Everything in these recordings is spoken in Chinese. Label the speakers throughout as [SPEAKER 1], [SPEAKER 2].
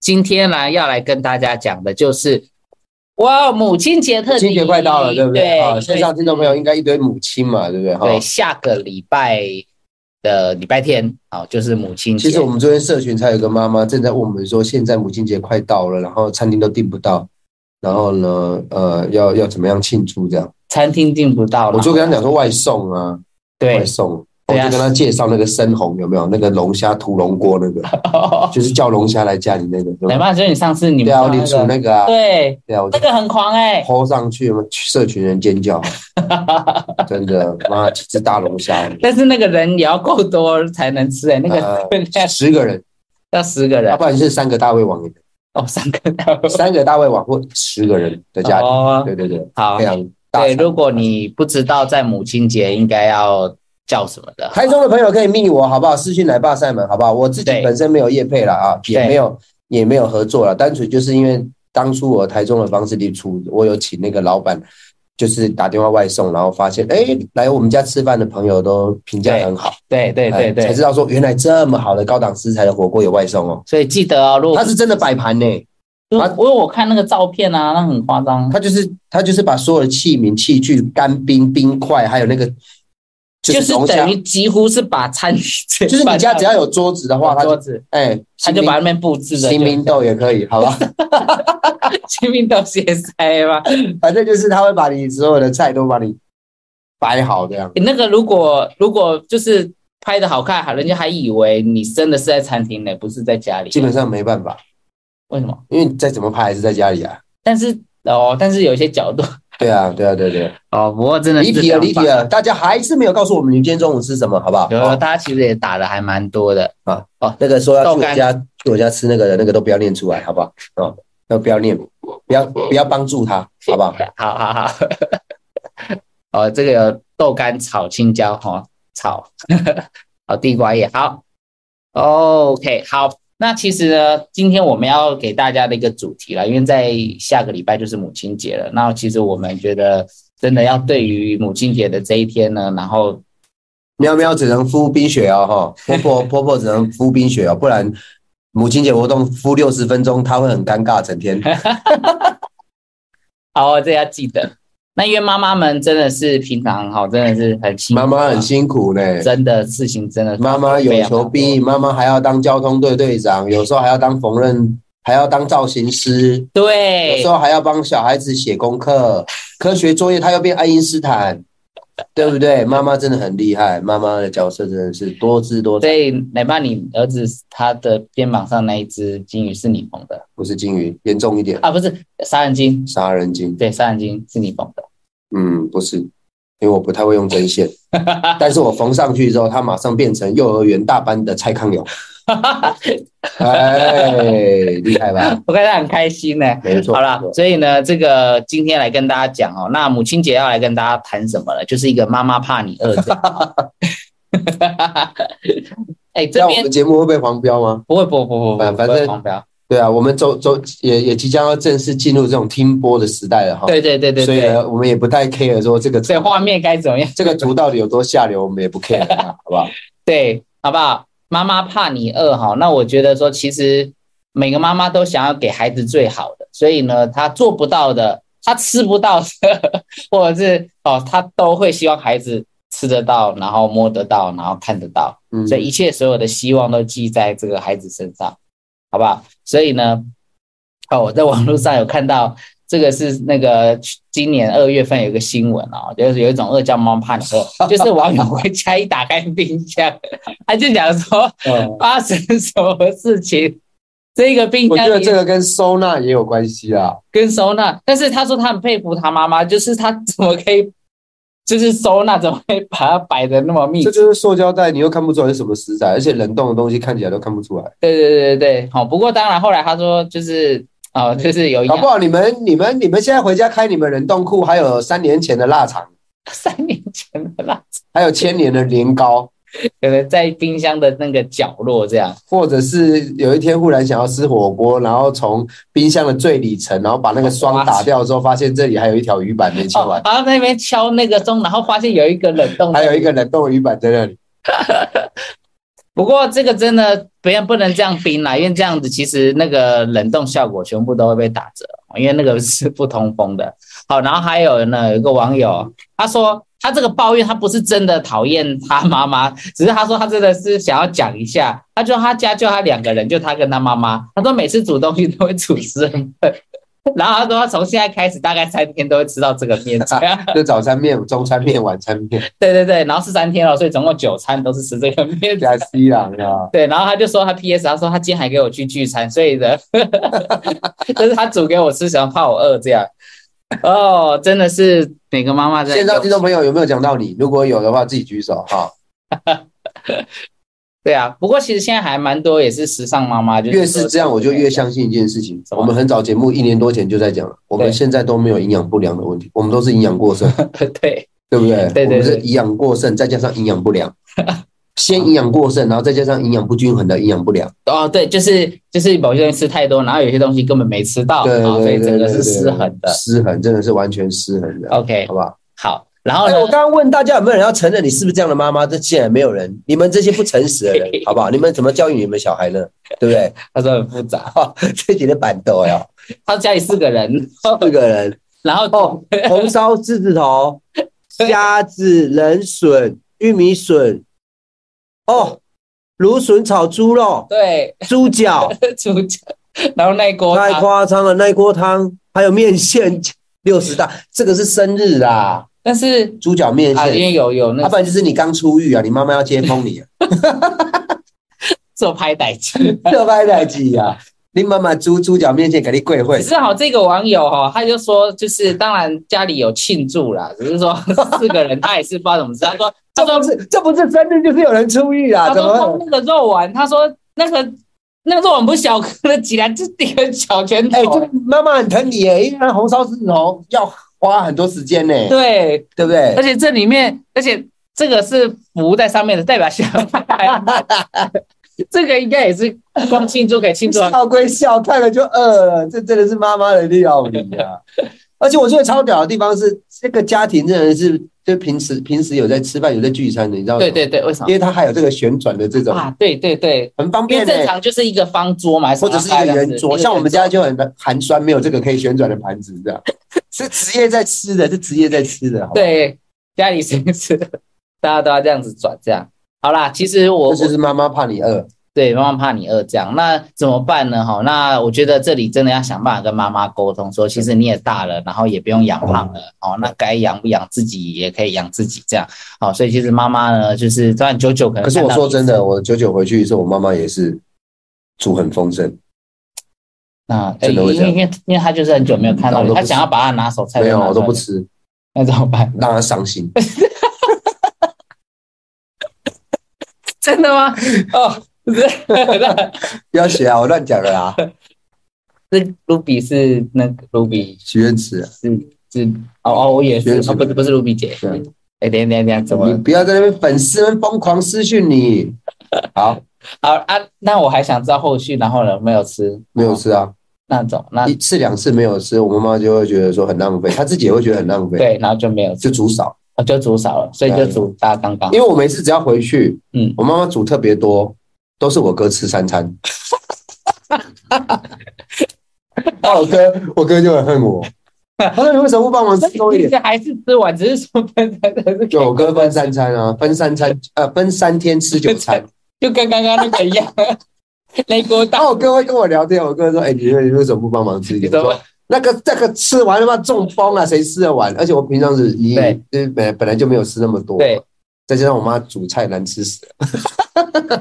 [SPEAKER 1] 今天呢要来跟大家讲的就是，哇，母亲节特辑，
[SPEAKER 2] 亲节快到了，对不对？
[SPEAKER 1] 对，
[SPEAKER 2] 啊，线上听众朋友应该一堆母亲嘛，对不对？哈
[SPEAKER 1] 对，下个礼拜的礼拜天，好，就是母亲节。
[SPEAKER 2] 其实我们昨天社群才有个妈妈正在问我们说，现在母亲节快到了，然后餐厅都订不到，然后呢，呃，要要怎么样庆祝这样？
[SPEAKER 1] 餐厅订不到了，
[SPEAKER 2] 我就跟她讲说外送啊，
[SPEAKER 1] 对
[SPEAKER 2] 外， 送。我
[SPEAKER 1] 对
[SPEAKER 2] 就
[SPEAKER 1] 啊
[SPEAKER 2] 跟她介绍那个生红有没有那个龙虾屠龙锅 那个，就是叫龙虾来家里那个。有没
[SPEAKER 1] 奶
[SPEAKER 2] 有
[SPEAKER 1] 爸，所以你上次你
[SPEAKER 2] 对
[SPEAKER 1] 们
[SPEAKER 2] 啊，
[SPEAKER 1] 到
[SPEAKER 2] 我领
[SPEAKER 1] 那
[SPEAKER 2] 出
[SPEAKER 1] 个，
[SPEAKER 2] 那个啊，
[SPEAKER 1] 对，
[SPEAKER 2] 对啊，我就
[SPEAKER 1] 那个很狂哎，
[SPEAKER 2] 抛上去，我们社群人尖叫，真的，妈几只大龙虾，
[SPEAKER 1] 但是那个人也要够多才能吃 哎，那个
[SPEAKER 2] 呃
[SPEAKER 1] 分量
[SPEAKER 2] 十个人，
[SPEAKER 1] 要十个
[SPEAKER 2] 要
[SPEAKER 1] 人
[SPEAKER 2] 啊不然是三个大胃王 也可以
[SPEAKER 1] 哦，三个大胃
[SPEAKER 2] 三个大胃王或十个人的家庭，
[SPEAKER 1] 哦，
[SPEAKER 2] 对对对，
[SPEAKER 1] 好
[SPEAKER 2] 非，常大
[SPEAKER 1] 对，
[SPEAKER 2] 餐。
[SPEAKER 1] 如果你不知道在母亲节应该要叫什么的，
[SPEAKER 2] 台中的朋友可以密我好不好？私讯来霸赛门好不好？我自己
[SPEAKER 1] 对
[SPEAKER 2] 本身没有业配了啊，
[SPEAKER 1] 对
[SPEAKER 2] 也没有也没有合作了，单纯就是因为当初我台中的方式地出，我有请那个老板。就是打电话外送，然后发现，哎，来我们家吃饭的朋友都评价
[SPEAKER 1] 对
[SPEAKER 2] 很好，
[SPEAKER 1] 对对对
[SPEAKER 2] 哎才
[SPEAKER 1] 对
[SPEAKER 2] 知，道说原来这么好的高档食材的火锅有外送哦。
[SPEAKER 1] 所以记得哦，如果
[SPEAKER 2] 他是真的摆盘呢，
[SPEAKER 1] 如
[SPEAKER 2] 他
[SPEAKER 1] 我有我看那个照片啊，那很夸张，
[SPEAKER 2] 他就是他就是把所有的器皿、器具、干冰、冰块，还有那个就
[SPEAKER 1] 就是
[SPEAKER 2] 是龙虾
[SPEAKER 1] 等于，几乎是把餐具，
[SPEAKER 2] 就是你家只要有桌子的话，他
[SPEAKER 1] 桌
[SPEAKER 2] 就
[SPEAKER 1] 子，
[SPEAKER 2] 哎，
[SPEAKER 1] 他就把那边布置的
[SPEAKER 2] 新兵豆也可以，好吧？
[SPEAKER 1] 清明到歇塞吧。
[SPEAKER 2] 反正就是他会把你所有的菜都把你摆好这样。
[SPEAKER 1] 你 那个如果如果就是拍的好看，好人家还以为你真的是在餐厅呢，不是在家里。
[SPEAKER 2] 基本上没办法，
[SPEAKER 1] 为什么？
[SPEAKER 2] 因为你再怎么拍还是在家里啊。
[SPEAKER 1] 但是哦，但是有一些角度
[SPEAKER 2] 对啊，对啊，对对。
[SPEAKER 1] 哦，不过真的是
[SPEAKER 2] 离题了，
[SPEAKER 1] 非
[SPEAKER 2] 离
[SPEAKER 1] 常
[SPEAKER 2] 题
[SPEAKER 1] 棒。
[SPEAKER 2] 了，啊大家还是没有告诉我们你今天中午吃什么，好不好？
[SPEAKER 1] 有啊有，
[SPEAKER 2] 哦
[SPEAKER 1] 大家其实也打的还蛮多的。
[SPEAKER 2] 啊哦，那个说要去我家去我家吃那个的那个都不要念出来，好不好？哦，都不要念，不要不要帮助他，好不好？
[SPEAKER 1] 好好 好。哦，这个有豆干炒青椒哈、哦，炒， 好地瓜叶好。OK，好。那其实呢，今天我们要给大家的一个主题了，因为在下个礼拜就是母亲节了。那其实我们觉得，真的要对于母亲节的这一天呢，然后
[SPEAKER 2] 喵喵只能敷冰雪哦，哈，婆婆婆婆只能敷冰雪哦，不然母亲节活动敷六十分钟，她会很尴尬，整天。
[SPEAKER 1] 哦，这要记得。那因为妈妈们真的是平常哈、哦，真的是很辛苦
[SPEAKER 2] 妈
[SPEAKER 1] 啊，
[SPEAKER 2] 妈很辛苦呢，
[SPEAKER 1] 真的事情真的
[SPEAKER 2] 妈妈有求必应，妈妈还要当交通队队长，有时候还要当缝纫，还要当造型师，有
[SPEAKER 1] 对
[SPEAKER 2] 时，候还要帮小孩子写功课、科学作业，她又变爱因斯坦，对不对？妈妈真的很厉害，妈妈的角色真的是多姿多彩，
[SPEAKER 1] 所以奶爸，你儿子他的肩膀上那一只金鱼是你缝的
[SPEAKER 2] 不是金鱼，严重一点，
[SPEAKER 1] 啊？不是杀人鲸，
[SPEAKER 2] 杀人鲸。
[SPEAKER 1] 对，杀人鲸是你缝的。
[SPEAKER 2] 嗯，不是，因为我不太会用针线，但是我缝上去之后，它马上变成幼儿园大班的蔡 康永，哎，厉害吧？
[SPEAKER 1] 我看他很开心呢、
[SPEAKER 2] 没错，
[SPEAKER 1] 好啦
[SPEAKER 2] 没，错
[SPEAKER 1] 所以呢，这个今天来跟大家讲哦，那母亲节要来跟大家谈什么了？就是一个妈妈怕你饿这样。 哎、
[SPEAKER 2] 这
[SPEAKER 1] 这
[SPEAKER 2] 样我
[SPEAKER 1] 边
[SPEAKER 2] 们节目会被黄标吗？
[SPEAKER 1] 不会，不会不会不会，
[SPEAKER 2] 反反
[SPEAKER 1] 不会
[SPEAKER 2] 正
[SPEAKER 1] 黄标。
[SPEAKER 2] 对啊，我们走走也也即将要正式进入这种听播的时代了哈。
[SPEAKER 1] 对对对对
[SPEAKER 2] 所以
[SPEAKER 1] 对，
[SPEAKER 2] 呢，我们也不太 care 说这个
[SPEAKER 1] 所以画面该怎么样？
[SPEAKER 2] 这个图到底有多下流，我们也不 care，啊好不好？
[SPEAKER 1] 对，好不好？妈妈怕你饿哈，那我觉得说，其实每个妈妈都想要给孩子最好的，所以呢，她做不到的，她吃不到的， 或者是哦，她都会希望孩子吃得到，然后摸得到，然后看得到，
[SPEAKER 2] 嗯
[SPEAKER 1] 所以一切所有的希望都寄在这个孩子身上，好不好？所以呢，哦，我在网络上有看到。这个是那个今年二月份有一个新闻哦，就是有一种饿叫妈妈怕你饿，就是网友回家一打开冰箱，他就讲说
[SPEAKER 2] 嗯
[SPEAKER 1] 发生什么事情，这个冰
[SPEAKER 2] 我觉
[SPEAKER 1] 箱
[SPEAKER 2] 得
[SPEAKER 1] 里
[SPEAKER 2] 这个跟收纳也有关系啊。
[SPEAKER 1] 跟收纳，但是他说他很佩服他妈妈，就是他怎么可以，就是收纳怎么可以把它摆的那么密
[SPEAKER 2] 这，就是塑胶袋，你又看不出来是什么食材，而且冷冻的东西看起来都看不出来。
[SPEAKER 1] 对对对对对，好、不过当然后来他说就是哦，就是有一
[SPEAKER 2] 嗯搞不
[SPEAKER 1] 样
[SPEAKER 2] 好你们、你们、你们现在回家开你们冷冻库，还有三年前的腊肠，
[SPEAKER 1] 三年前的啦，
[SPEAKER 2] 还有千年的年糕，
[SPEAKER 1] 可能在冰箱的那个角落这样，
[SPEAKER 2] 或者是有一天忽然想要吃火锅，然后从冰箱的最里层，然后把那个霜打掉之后，发现这里还有一条鱼板没切
[SPEAKER 1] 哦
[SPEAKER 2] 完，，
[SPEAKER 1] 然后在那边哦敲那个钟，然后发现有一个冷冻，
[SPEAKER 2] 还有一个冷冻的鱼板在那里。
[SPEAKER 1] 不过这个真的别人不能这样冰啦，因为这样子其实那个冷冻效果全部都会被打折，因为那个是不通风的。 好，然后还有呢，有一个网友啊他说他这个抱怨他不是真的讨厌他妈妈，只是他说他真的是想要讲一下，他就他家就他两个人，就他跟他妈妈，他说每次煮东西都会煮十人份。 然后他说，他从现在开始，大概三天都会吃到这个面， 这样
[SPEAKER 2] 就早餐面、中餐面、晚餐面，
[SPEAKER 1] 对对对，然后是三天了，所以总共九餐都是吃这个面。
[SPEAKER 2] 加西洋啊，
[SPEAKER 1] 对，然后他就说他 PS，他说他今天还给我去聚餐，所以呢， 就是他煮给我吃，想怕我饿这样。哦，真的是每个妈妈在
[SPEAKER 2] 线上听众朋友有没有讲到你？如果有的话，自己举手哈。
[SPEAKER 1] 对啊，不过其实现在还蛮多也是时尚妈妈，就是
[SPEAKER 2] 越是这样，我就越相信一件事情。
[SPEAKER 1] 什么
[SPEAKER 2] 我们很早节目一年多前就在讲了，我们
[SPEAKER 1] 对
[SPEAKER 2] 现在都没有营养不良的问题，我们都是营养过剩，
[SPEAKER 1] 信。 对
[SPEAKER 2] 对不对？
[SPEAKER 1] 嗯对对对
[SPEAKER 2] 我们是营养过剩，再加上营养 不良，先营养过剩，然后再加上营养不均衡的营养不良。
[SPEAKER 1] 哦，对，就是就是某些东西吃太多，然后有些东西根本没吃到，
[SPEAKER 2] 对
[SPEAKER 1] 然后所
[SPEAKER 2] 对
[SPEAKER 1] 以
[SPEAKER 2] 对
[SPEAKER 1] 整
[SPEAKER 2] 对
[SPEAKER 1] 个
[SPEAKER 2] 对，
[SPEAKER 1] 是失衡的。
[SPEAKER 2] 失衡真的是完全失衡的，
[SPEAKER 1] OK，
[SPEAKER 2] 好不好？
[SPEAKER 1] 好，然后
[SPEAKER 2] 哎，
[SPEAKER 1] 呢
[SPEAKER 2] 我，刚刚问大家有没有人要承认你是不是这样的妈妈，这竟然没有人，你们这些不诚实的 人，好不好？你们怎么教育你们小孩呢？对不对？
[SPEAKER 1] 他说很复杂，
[SPEAKER 2] 这几天板 豆呀，
[SPEAKER 1] 他家里四个人，
[SPEAKER 2] 四个人
[SPEAKER 1] 然后
[SPEAKER 2] 哦， 红烧狮子头、
[SPEAKER 1] 对
[SPEAKER 2] 虾子、冷笋、玉米笋，哦，芦笋炒猪肉、
[SPEAKER 1] 对，
[SPEAKER 2] 猪脚，
[SPEAKER 1] 主角，然后那一锅
[SPEAKER 2] 太
[SPEAKER 1] 汤，嗯
[SPEAKER 2] 夸张了，那一锅汤还有面线六十大，这个是生日啦，
[SPEAKER 1] 但是
[SPEAKER 2] 猪脚面
[SPEAKER 1] 啊，因
[SPEAKER 2] 线，
[SPEAKER 1] 为有有那
[SPEAKER 2] 要、
[SPEAKER 1] 个
[SPEAKER 2] 不然就是你刚出狱啊，你妈妈要接 风你、啊，
[SPEAKER 1] 做拍歹 机。
[SPEAKER 2] 这拍代机啊，你妈妈煮猪脚面线给你跪会
[SPEAKER 1] 只，是好，这个网友哈、哦，他就说，就是当然家里有庆祝啦，只是 说四个人，他也是不知道怎么吃。他说，他
[SPEAKER 2] 这不
[SPEAKER 1] 说，
[SPEAKER 2] 是这不是生日就是有人出狱啊，
[SPEAKER 1] 他
[SPEAKER 2] 怎
[SPEAKER 1] 说
[SPEAKER 2] 么
[SPEAKER 1] 他？那个肉丸，他说那个那个肉丸不是小颗的，竟然就一个小拳
[SPEAKER 2] 哎、
[SPEAKER 1] 头
[SPEAKER 2] 这。妈妈很疼你耶，因为那红烧狮子头要花很多时间呢，
[SPEAKER 1] 对，
[SPEAKER 2] 对不
[SPEAKER 1] 而
[SPEAKER 2] 对？
[SPEAKER 1] 且这里面，而且这个是浮在上面的，代表小 孩。这个应该也是光庆祝可以庆祝啊，
[SPEAKER 2] 笑归笑，看了就饿了，这真的是妈妈的料理 啊！而且我觉得超屌的地方是，这个家庭真的是就平时平时有在吃饭，有在聚餐的，你知道吗？
[SPEAKER 1] 对对对，为什
[SPEAKER 2] 因
[SPEAKER 1] 么
[SPEAKER 2] 为它还有这个旋转的这种，
[SPEAKER 1] 啊？对对对，
[SPEAKER 2] 很方
[SPEAKER 1] 因为
[SPEAKER 2] 便
[SPEAKER 1] 正
[SPEAKER 2] 呢、
[SPEAKER 1] 常就是一个方桌嘛，还
[SPEAKER 2] 或者是一个圆桌，像我们家就很寒酸，没有这个可以旋转的盘子，这样 是职业在吃的，是职业在吃的，好吧，
[SPEAKER 1] 对家里谁吃，大家都要这样子转这样。好啦，其实我
[SPEAKER 2] 这就是妈妈怕你饿，
[SPEAKER 1] 对妈妈怕你饿这样，那怎么办呢？哈，那我觉得这里真的要想办法跟妈妈沟通，说其实你也大了，然后也不用养胖了，哦，那该养不养自己也可以养自己这样。好、所以其实妈妈呢，就是虽然九九可能
[SPEAKER 2] 可是
[SPEAKER 1] 看
[SPEAKER 2] 我
[SPEAKER 1] 到
[SPEAKER 2] 说
[SPEAKER 1] 你
[SPEAKER 2] 真的，我九九回去的时候，我妈妈也是煮很丰盛，
[SPEAKER 1] 啊，
[SPEAKER 2] 真的会
[SPEAKER 1] 因为因为因为她就是很久没有看到
[SPEAKER 2] 我
[SPEAKER 1] 你，
[SPEAKER 2] 都不
[SPEAKER 1] 她想要把她拿手菜
[SPEAKER 2] 没有
[SPEAKER 1] 拿
[SPEAKER 2] 我都不
[SPEAKER 1] 出来，
[SPEAKER 2] 吃，
[SPEAKER 1] 那怎么办？
[SPEAKER 2] 让她伤心。
[SPEAKER 1] 真的吗？哦，不是，
[SPEAKER 2] 不要学啊，我乱讲的啦，
[SPEAKER 1] 这卢比是那个卢比
[SPEAKER 2] 许愿池啊，
[SPEAKER 1] 是是哦哦，我也是
[SPEAKER 2] 学什
[SPEAKER 1] 哦，
[SPEAKER 2] 么
[SPEAKER 1] 不是不是卢比姐
[SPEAKER 2] 对，
[SPEAKER 1] 哎，等一下等一下等一下，怎么
[SPEAKER 2] 你
[SPEAKER 1] 了
[SPEAKER 2] 不要在那边粉丝们疯狂私讯你。好，
[SPEAKER 1] 好啊？那我还想知道后续，然后呢没有吃，
[SPEAKER 2] 没有吃啊，
[SPEAKER 1] 那种那
[SPEAKER 2] 一次两次没有吃，我妈妈就会觉得说很浪费，她自己也会觉得很浪费，
[SPEAKER 1] 对，然后就没有吃，
[SPEAKER 2] 就煮少。
[SPEAKER 1] 我就煮少了，所以就
[SPEAKER 2] 对
[SPEAKER 1] 煮大刚刚
[SPEAKER 2] 因为我每次只要回去，
[SPEAKER 1] 嗯
[SPEAKER 2] 嗯，我妈妈煮特别多，都是我哥吃三餐。那我哥，我哥就很恨我，他说你为什么不帮忙吃多一
[SPEAKER 1] 其
[SPEAKER 2] 点？
[SPEAKER 1] 实还是吃完，只是说 分开的是
[SPEAKER 2] 就我哥分三餐啊，分三餐，呃，分三天吃九餐。
[SPEAKER 1] 就跟刚刚那个一样， 那锅
[SPEAKER 2] 然
[SPEAKER 1] 大
[SPEAKER 2] 后我哥会跟我聊天，我哥说：“哎、你你为什么不帮忙吃一
[SPEAKER 1] 你
[SPEAKER 2] 点？”
[SPEAKER 1] 知
[SPEAKER 2] 我
[SPEAKER 1] 道
[SPEAKER 2] 说
[SPEAKER 1] 吗？
[SPEAKER 2] 那个那个吃完他妈中风了，谁吃得完？而且我平常是你
[SPEAKER 1] 对
[SPEAKER 2] 就是本来本来就没有吃那么多，
[SPEAKER 1] 对，
[SPEAKER 2] 再加上我妈煮菜难吃死了。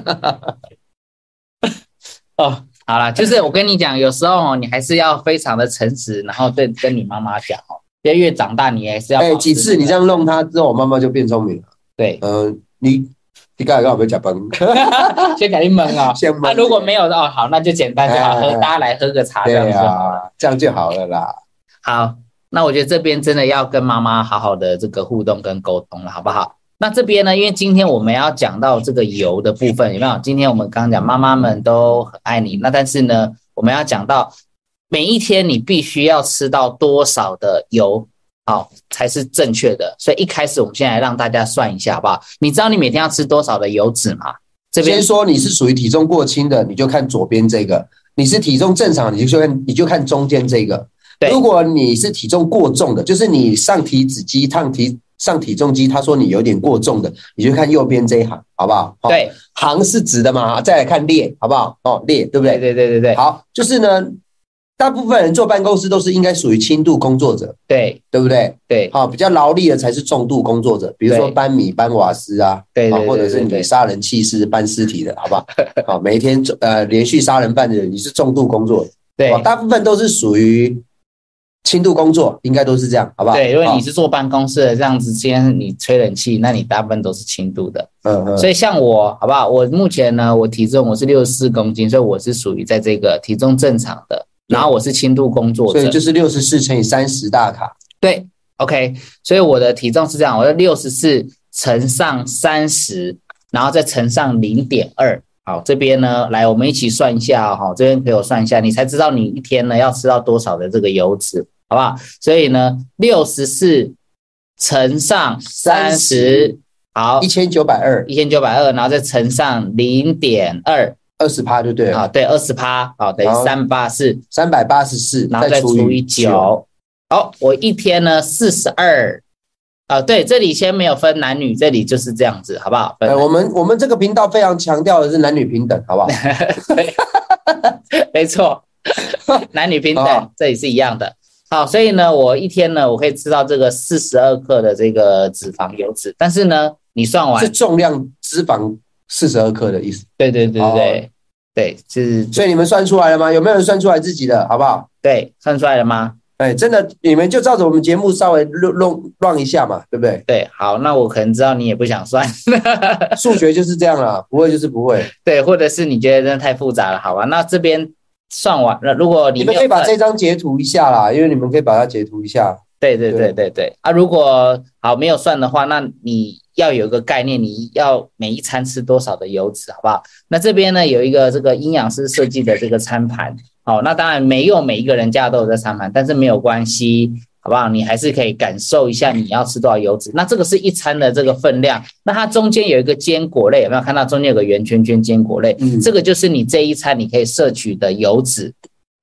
[SPEAKER 1] 哦。好啦，就是我跟你讲，有时候哦，你还是要非常的诚实，然后对跟你妈妈讲哦，因为越长大你也是要
[SPEAKER 2] 哎、
[SPEAKER 1] 保持
[SPEAKER 2] 几次你
[SPEAKER 1] 个
[SPEAKER 2] 这样弄她之后，我妈妈就变聪明了。
[SPEAKER 1] 对，
[SPEAKER 2] 嗯、你你刚才刚好没加 班，
[SPEAKER 1] 先给你闷啊，
[SPEAKER 2] 先闷
[SPEAKER 1] 那如果没有的哦，好，那就简单就好，
[SPEAKER 2] 哎
[SPEAKER 1] 喝大家来喝个茶这
[SPEAKER 2] 对
[SPEAKER 1] 样子就好了。
[SPEAKER 2] 啊，这样就好了啦。
[SPEAKER 1] 好，那我觉得这边真的要跟妈妈好好的这个互动跟沟通了，好不好？那这边呢，因为今天我们要讲到这个油的部分，有没有？今天我们刚刚讲妈妈们都很爱你，那但是呢，我们要讲到每一天你必须要吃到多少的油，好才是正确的。所以一开始我们先来让大家算一下，好不好？你知道你每天要吃多少的油脂吗？这边
[SPEAKER 2] 先说你是属于体重过轻的，你就看左边这个；你是体重正常，你就看你就看中间这个
[SPEAKER 1] 对。
[SPEAKER 2] 如果你是体重过重的，就是你上体脂机、上体上体重机，他说你有点过重的，你就看右边这一行，好不好？哦，
[SPEAKER 1] 对
[SPEAKER 2] 行是直的嘛，再来看列，好不好？哦，列对不
[SPEAKER 1] 对对对对对
[SPEAKER 2] 好，就是呢，大部分人坐办公室都是应该属于轻度工作者，
[SPEAKER 1] 对
[SPEAKER 2] 对不对？哦
[SPEAKER 1] 对
[SPEAKER 2] 好，比较劳力的才是重度工作者，比如说
[SPEAKER 1] 对
[SPEAKER 2] 搬米、搬瓦斯啊，
[SPEAKER 1] 对对
[SPEAKER 2] 好
[SPEAKER 1] 对
[SPEAKER 2] 或者是
[SPEAKER 1] 对
[SPEAKER 2] 你
[SPEAKER 1] 对
[SPEAKER 2] 杀人弃尸、搬尸体的，好 不好？好，每一天呃连续杀人犯的人，你是重度工作者，
[SPEAKER 1] 对
[SPEAKER 2] 好大部分都是属于轻度工作，应该都是这样，好不好？
[SPEAKER 1] 对，如果
[SPEAKER 2] 好
[SPEAKER 1] 你是坐办公室的，这样子，今天你吹冷气，那你大部分都是轻度的。
[SPEAKER 2] 嗯嗯
[SPEAKER 1] 所以像我，好不好？我目前呢，我体重我是六十四公斤，所以我是属于在这个体重正常的，
[SPEAKER 2] 对
[SPEAKER 1] 然后我是轻度工作
[SPEAKER 2] 所以
[SPEAKER 1] 者，
[SPEAKER 2] 就是六十四乘以三十大卡，
[SPEAKER 1] 对，OK，所以我的体重是这样，我的六十四乘上三十，然后再乘上零点二。好，这边呢，来我们一起算一下哈、这边陪我算一下，你才知道你一天呢要吃到多少的这个油脂，好不好？所以呢，六十四乘上三十
[SPEAKER 2] 30，
[SPEAKER 1] 好
[SPEAKER 2] 一，千九百二，
[SPEAKER 1] 一千九百二，然后再乘上零点二，
[SPEAKER 2] 二十趴就对了，
[SPEAKER 1] 好，对，二十趴，好，等
[SPEAKER 2] 好
[SPEAKER 1] 于三八四，
[SPEAKER 2] 三百八十四，
[SPEAKER 1] 然后再除以
[SPEAKER 2] 9，
[SPEAKER 1] 九。好，我一天呢四十二。啊，对，这里先没有分男女，这里就是这样子，好不好？分
[SPEAKER 2] 呃，我们我们这个频道非常强调的是男女平等， 好不好？
[SPEAKER 1] 没错，男女平
[SPEAKER 2] 哦
[SPEAKER 1] 等，这里是一样的。好，所以呢，我一天呢，我可以吃到这个四十二克的这个脂肪油脂，但是呢，你算完
[SPEAKER 2] 是，重量脂肪四十二克的意思。
[SPEAKER 1] 对对对对对，对，是，
[SPEAKER 2] 所以你们算出来了吗？有没有人算出来自己的，好不好？
[SPEAKER 1] 对，算出来了吗？？
[SPEAKER 2] 哎，真的，你们就照着我们节目稍微弄弄乱一下嘛，对不对
[SPEAKER 1] 对，好，那我可能知道你也不想算，
[SPEAKER 2] 数学就是这样啦，不会就是不会。
[SPEAKER 1] 对，或者是你觉得真的太复杂了，好吧？那这边算完了，如果你
[SPEAKER 2] 你
[SPEAKER 1] 没
[SPEAKER 2] 们
[SPEAKER 1] 有
[SPEAKER 2] 可以把
[SPEAKER 1] 算
[SPEAKER 2] 这张截图一下啦，因为你们可以把它截图一下。
[SPEAKER 1] 对对对对对啊！如果好没有算的话，那你要有一个概念，你要每一餐吃多少的油脂，好不好？那这边呢有一个这个营养师设计的这个餐盘，好、那当然没有每一个人家都有这餐盘，但是没有关系，好不好？你还是可以感受一下你要吃多少油脂。那这个是一餐的这个分量，那它中间有一个坚果类，有没有看到中间有个圆圈圈坚果类？
[SPEAKER 2] 嗯，
[SPEAKER 1] 这个就是你这一餐你可以摄取的油脂。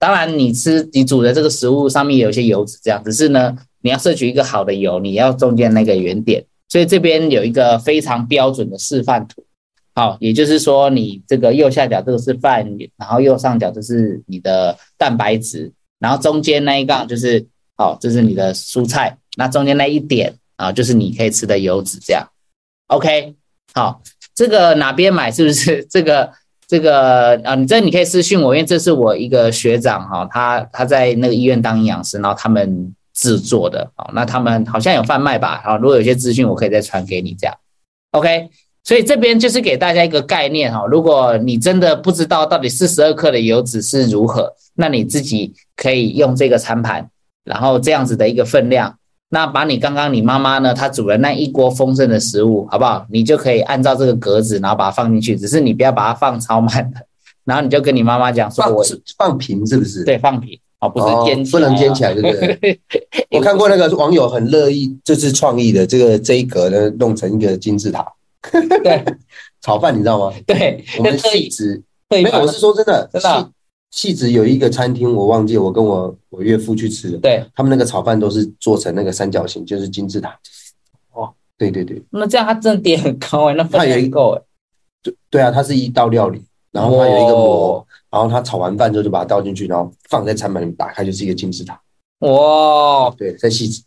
[SPEAKER 1] 当然，你吃你煮的这个食物上面也有一些油脂，这样。只是呢，你要摄取一个好的油，你要中间那个原点。所以这边有一个非常标准的示范图。好，也就是说，你这个右下角这个是饭，然后右上角就是你的蛋白质，然后中间那一杠就是好、这是你的蔬菜，那中间那一点啊，就是你可以吃的油脂，这样。OK，好，这个哪边买是不是 这个？这个啊，你这你可以私信我，因为这是我一个学长哈、他他在那个医院当营养师，然后他们制作的，好、那他们好像有贩卖吧，好、啊如果有些资讯我可以再传给你这样，OK。所以这边就是给大家一个概念哈、如果你真的不知道到底四十二克的油脂是如何，那你自己可以用这个餐盘，然后这样子的一个分量，那把你刚刚你妈妈呢，她煮的那一锅丰盛的食物，好不好？你就可以按照这个格子，然后把它放进去，只是你不要把它放超满的，然后你就跟你妈妈讲说
[SPEAKER 2] 放
[SPEAKER 1] 我，
[SPEAKER 2] 是放平是不是？，
[SPEAKER 1] 对放平哦，不是
[SPEAKER 2] 哦
[SPEAKER 1] 煎起
[SPEAKER 2] 不
[SPEAKER 1] 来
[SPEAKER 2] 能
[SPEAKER 1] 啊
[SPEAKER 2] 煎起来，对不对？我看过那个网友很乐意，就是创意的这个这一格呢，弄成一个金字塔
[SPEAKER 1] 对
[SPEAKER 2] 炒饭，你知道 吗？
[SPEAKER 1] 对，
[SPEAKER 2] 我
[SPEAKER 1] 那
[SPEAKER 2] 们
[SPEAKER 1] 特
[SPEAKER 2] 细
[SPEAKER 1] 意
[SPEAKER 2] 致。
[SPEAKER 1] 特意
[SPEAKER 2] 没
[SPEAKER 1] 把
[SPEAKER 2] 有，我是说真的，
[SPEAKER 1] 真的啊
[SPEAKER 2] 戏戏子有一个餐厅，我忘记我跟我我岳父去吃的，
[SPEAKER 1] 对，
[SPEAKER 2] 他们那个炒饭都是做成那个三角形，就是金字塔。
[SPEAKER 1] 哦，
[SPEAKER 2] 对对对，
[SPEAKER 1] 那这样它真的点很高哎、那分
[SPEAKER 2] 它有一
[SPEAKER 1] 量够哎、
[SPEAKER 2] 对啊，它是一道料理，然后它有一个
[SPEAKER 1] 哦
[SPEAKER 2] 膜，然后它炒完饭之后就把它倒进去，然后放在餐盘里打开就是一个金字塔。
[SPEAKER 1] 哇哦
[SPEAKER 2] 对，在戏子，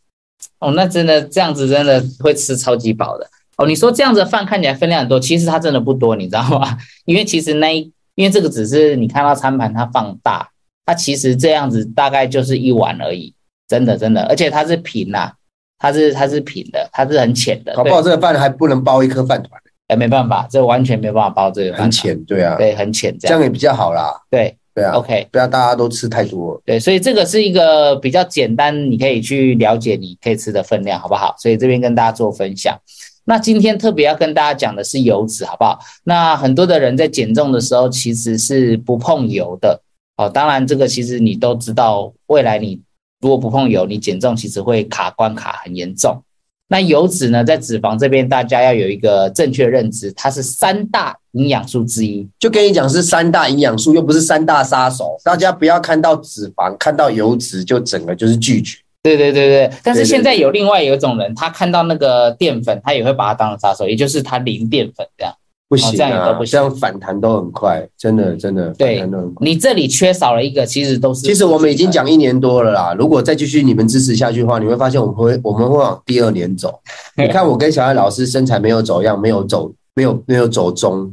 [SPEAKER 1] 哦，那真的这样子真的会吃超级饱的哦。你说这样子的饭看起来分量很多，其实它真的不多，你知道吗？ 因为其实那一因为这个只是你看到餐盘它放大，它其实这样子大概就是一碗而已，真的真的，而且它是平啦、它是它是平的，它是很浅的，
[SPEAKER 2] 搞不
[SPEAKER 1] 对
[SPEAKER 2] 好，这个饭还不能包一颗饭团，
[SPEAKER 1] 哎，没办法，这完全没办法包这个饭
[SPEAKER 2] 很
[SPEAKER 1] 啊，
[SPEAKER 2] 浅，对啊，
[SPEAKER 1] 对，很浅这
[SPEAKER 2] 这
[SPEAKER 1] 样，
[SPEAKER 2] 样也比较好啦。
[SPEAKER 1] 对
[SPEAKER 2] 对啊，
[SPEAKER 1] ，OK。
[SPEAKER 2] 不要大家都吃太多了。
[SPEAKER 1] 对，所以这个是一个比较简单，你可以去了解你可以吃的分量，好不好？所以这边跟大家做分享。那今天特别要跟大家讲的是油脂，好不好？那很多的人在减重的时候其实是不碰油的，哦，当然这个其实你都知道，未来你如果不碰油，你减重其实会卡关卡很严重。那油脂呢，在脂肪这边大家要有一个正确的认知，它是三大营养素之一。
[SPEAKER 2] 就跟你讲是三大营养素，又不是三大杀手。大家不要看到脂肪、看到油脂就整个就是拒绝。
[SPEAKER 1] 对对对对，但是
[SPEAKER 2] 对对
[SPEAKER 1] 现在有另外有一种人，他看到那个淀粉，他也会把它当成杀手，也就是他零淀粉这样。
[SPEAKER 2] 不行
[SPEAKER 1] 哦这样也
[SPEAKER 2] 啊，
[SPEAKER 1] 都不行
[SPEAKER 2] 这样反弹都很快，真的真的
[SPEAKER 1] 对
[SPEAKER 2] 反弹都很快。
[SPEAKER 1] 你这里缺少了一个，其实都是
[SPEAKER 2] 其实我们已经讲一年多了啦，如果再继续你们支持下去的话，你会发现我们会我们会往第二 年走。你看我跟小艾老师身材没有走样，没有走没有没有走中，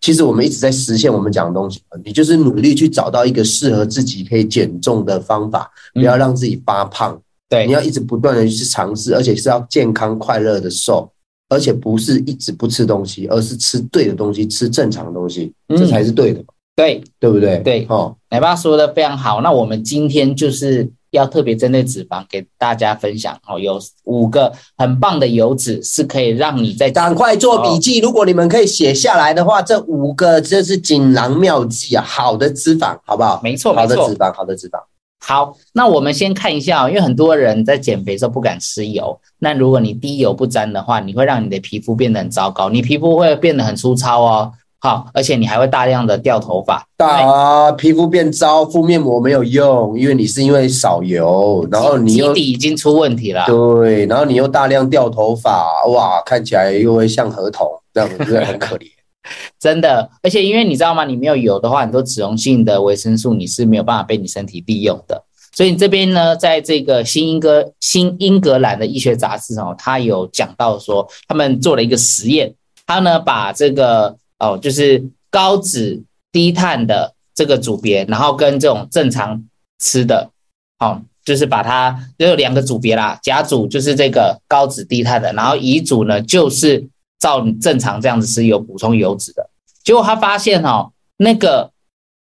[SPEAKER 2] 其实我们一直在实现我们讲的东西。你就是努力去找到一个适合自己可以减重的方法，不
[SPEAKER 1] 嗯
[SPEAKER 2] 要让自己发胖。你
[SPEAKER 1] 对
[SPEAKER 2] 要一直不断的去尝试，而且是要健康快乐的瘦，而且不是一直不吃东西，而是吃对的东西，吃正常的东西，
[SPEAKER 1] 嗯
[SPEAKER 2] 这才是对的，
[SPEAKER 1] 对，
[SPEAKER 2] 对不对？
[SPEAKER 1] 对
[SPEAKER 2] 哦，
[SPEAKER 1] 奶爸说的非常好。那我们今天就是要特别针对脂肪给大家分享哦，有五个很棒的油脂是可以让你在
[SPEAKER 2] 赶快做笔记。如果你们可以写下来的话，这五个这是锦囊妙计啊，好的脂肪，好不好？
[SPEAKER 1] 没错
[SPEAKER 2] 好
[SPEAKER 1] 没
[SPEAKER 2] 的
[SPEAKER 1] 错
[SPEAKER 2] 脂。肪，好的脂肪，
[SPEAKER 1] 好，那我们先看一下、哦，因为很多人在减肥的时候不敢吃油。那如果你滴油不沾的话，你会让你的皮肤变得很糟糕，你皮肤会变得很粗糙哦。好，而且你还会大量的掉头发。
[SPEAKER 2] 大皮肤变糟，敷面膜没有用，因为你是因为少油，然后你
[SPEAKER 1] 基
[SPEAKER 2] 又
[SPEAKER 1] 底已啊经出问题了。
[SPEAKER 2] 对，然后你又大量掉头发，哇，看起来又会像河童，这样子真的很可怜。
[SPEAKER 1] 真的，而且因为你知道吗？你没有油的话，很多脂溶性的维生素你是没有办法被你身体利用的。所以你这边呢，在这个新英格新英格兰的医学杂志哦，它有讲到说，他们做了一个实验，他呢把这个哦，就是高脂低碳的这个组别，然后跟这种正常吃的，哦，就是把它有两个组别啦，甲组就是这个高脂低碳的，然后乙组呢就是照你正常这样子吃有补充油脂的。结果他发现哦，那个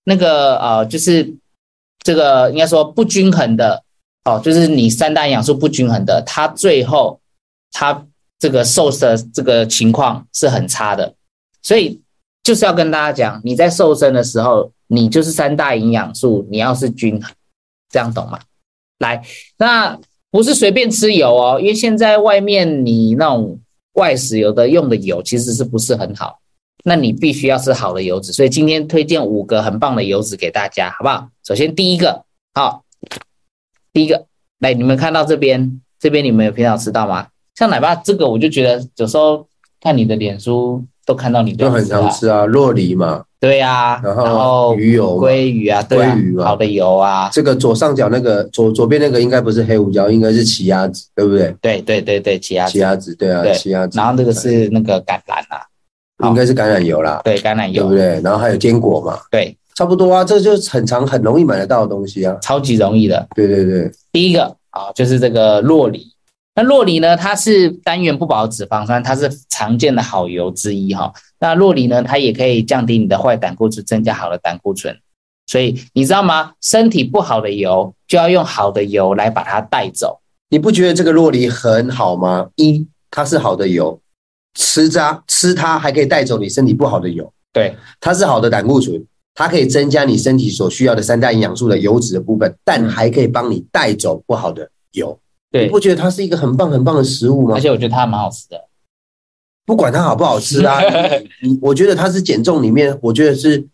[SPEAKER 1] 那个呃，就是这个应该说不均衡的哦，就是你三大营养素不均衡的，他最后他这个瘦的这个情况是很差的。所以就是要跟大家讲，你在瘦身的时候，你就是三大营养素，你要是均衡，这样懂吗？来，那不是随便吃油哦，因为现在外面你那种外食有的用的油其实是不是很好。那你必须要吃好的油脂。所以今天推荐五个很棒的油脂给大家，好不好？首先第一个，好，第一个，来，你们看到这边，这边你们有平常吃到吗？像奶爸这个，我就觉得有时候看你的脸书都看到你这
[SPEAKER 2] 就
[SPEAKER 1] 样
[SPEAKER 2] 很常
[SPEAKER 1] 啊
[SPEAKER 2] 吃啊，洛梨嘛，
[SPEAKER 1] 对呀、
[SPEAKER 2] 然
[SPEAKER 1] 然
[SPEAKER 2] 后
[SPEAKER 1] 后
[SPEAKER 2] 鱼油嘛。
[SPEAKER 1] 鲑鱼啊，对啊
[SPEAKER 2] 鲑鱼啊
[SPEAKER 1] 好的油啊，
[SPEAKER 2] 这个左上角那个左左边那个应该不是黑胡椒，应该是奇亚籽，对不对？
[SPEAKER 1] 对对对对，奇亚籽
[SPEAKER 2] 奇亚籽，对啊
[SPEAKER 1] 对，
[SPEAKER 2] 奇亚籽。
[SPEAKER 1] 然后这个是那个橄榄啊，
[SPEAKER 2] 应该是橄榄油啦，
[SPEAKER 1] 对，橄榄
[SPEAKER 2] 对不
[SPEAKER 1] 油，
[SPEAKER 2] 对？然后还有坚果嘛，
[SPEAKER 1] 对，
[SPEAKER 2] 差不多啊，这就是很常很容易买得到的东西啊。
[SPEAKER 1] 超级容易的。
[SPEAKER 2] 对对对，
[SPEAKER 1] 第一个啊，就是这个洛梨。那洛梨呢，它是单元不饱和脂肪酸，它是常见的好油之一哈、那洛梨呢，它也可以降低你的坏胆固醇，增加好的胆固醇。所以你知道吗？身体不好的油就要用好的油来把它带走。
[SPEAKER 2] 你不觉得这个洛梨很好吗？一，它是好的油，吃它吃它还可以带走你身体不好的油，
[SPEAKER 1] 对
[SPEAKER 2] 它是好的胆固醇。它可以增加你身体所需要的三大营养素的油脂的部分，但还可以帮你带走不好的油。你
[SPEAKER 1] 对，
[SPEAKER 2] 不觉得它是一个很棒很棒的食物吗
[SPEAKER 1] 而？且我觉得它蛮好吃的。
[SPEAKER 2] 不管它好不好 吃啊，你你我觉得它是减重里面，我觉得是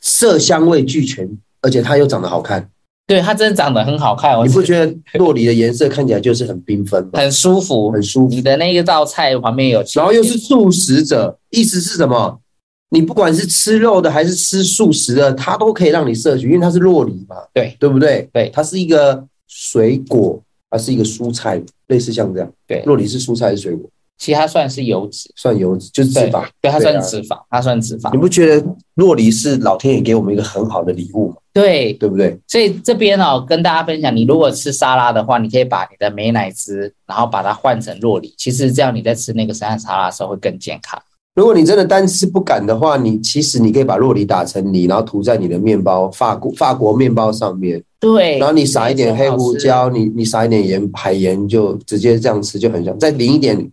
[SPEAKER 2] 色香味俱全，而且它又长得好看。
[SPEAKER 1] 对，它真的长得很好看，我
[SPEAKER 2] 你不觉得洛梨的颜色看起来就是很缤纷 吗？
[SPEAKER 1] 很舒服。
[SPEAKER 2] 很舒服，
[SPEAKER 1] 你的那个道菜旁边有，
[SPEAKER 2] 然后又是素食者，意思是什么？你不管是吃肉的还是吃素食的，它都可以让你摄取，因为它是洛梨嘛，
[SPEAKER 1] 对
[SPEAKER 2] 对不对？
[SPEAKER 1] 对
[SPEAKER 2] 它是一个水果，它是一个蔬菜，类似像这样。
[SPEAKER 1] 对
[SPEAKER 2] 洛梨是蔬菜还是水果？
[SPEAKER 1] 其他算是油脂，
[SPEAKER 2] 算油脂，就是脂
[SPEAKER 1] 对
[SPEAKER 2] 肪。
[SPEAKER 1] 对，它
[SPEAKER 2] 对
[SPEAKER 1] 算
[SPEAKER 2] 啊
[SPEAKER 1] 脂肪，它算脂肪
[SPEAKER 2] 你。不觉得洛梨是老天爷给我们一个很好的礼物吗？
[SPEAKER 1] 对，
[SPEAKER 2] 对不对？
[SPEAKER 1] 所以这边哦，跟大家分享，你如果吃沙拉的话，你可以把你的美乃滋，然后把它换成洛梨。其实这样你在吃那个山沙拉的时候会更健康。
[SPEAKER 2] 如果你真的单吃不敢的话，你其实你可以把洛梨打成泥，然后涂在你的面包法国法国面包上面，
[SPEAKER 1] 对
[SPEAKER 2] 然，后你撒一点黑胡椒，你你撒一点盐海盐，就直接这样吃就很香。再淋一点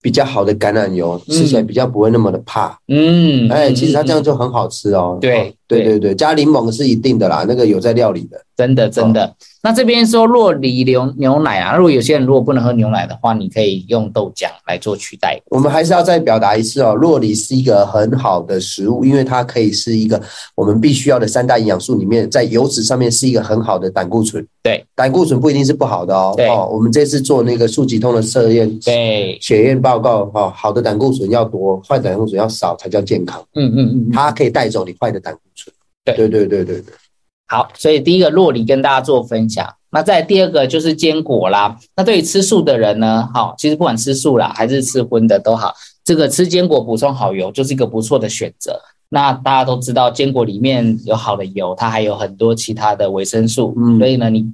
[SPEAKER 2] 比较好的橄榄油，
[SPEAKER 1] 嗯
[SPEAKER 2] 吃起来比较不会那么的怕。
[SPEAKER 1] 嗯，
[SPEAKER 2] 哎，其实它这样
[SPEAKER 1] 嗯
[SPEAKER 2] 就很好吃哦。
[SPEAKER 1] 对
[SPEAKER 2] 对
[SPEAKER 1] 对
[SPEAKER 2] 对对，加柠檬是一定的啦，那个有在料理的。
[SPEAKER 1] 真的真的。那这边说若离牛牛奶啊，如果有些人如果不能喝牛奶的话，你可以用豆浆来做取代。
[SPEAKER 2] 我们还是要再表达一次哦，洛梨是一个很好的食物，因为它可以是一个我们必须要的三大营养素里面，在油脂上面是一个很好的胆固醇。
[SPEAKER 1] 对，
[SPEAKER 2] 胆固醇不一定是不好的哦。
[SPEAKER 1] 对
[SPEAKER 2] 哦，我们这次做那个速疾通的测验，
[SPEAKER 1] 对，
[SPEAKER 2] 血液报告哦，好的胆固醇要多，坏胆固醇要少才叫健康。
[SPEAKER 1] 嗯嗯嗯嗯，
[SPEAKER 2] 它可以带走你坏的胆固醇。
[SPEAKER 1] 对
[SPEAKER 2] 对对对对对，
[SPEAKER 1] 好。所以第一个洛梨跟大家做分享。那再来第二个就是坚果啦。那对于吃素的人呢，好、其实不管吃素啦还是吃荤的都好，这个吃坚果补充好油就是一个不错的选择。那大家都知道，坚果里面有好的油，它还有很多其他的维生素，
[SPEAKER 2] 嗯
[SPEAKER 1] 所以呢，你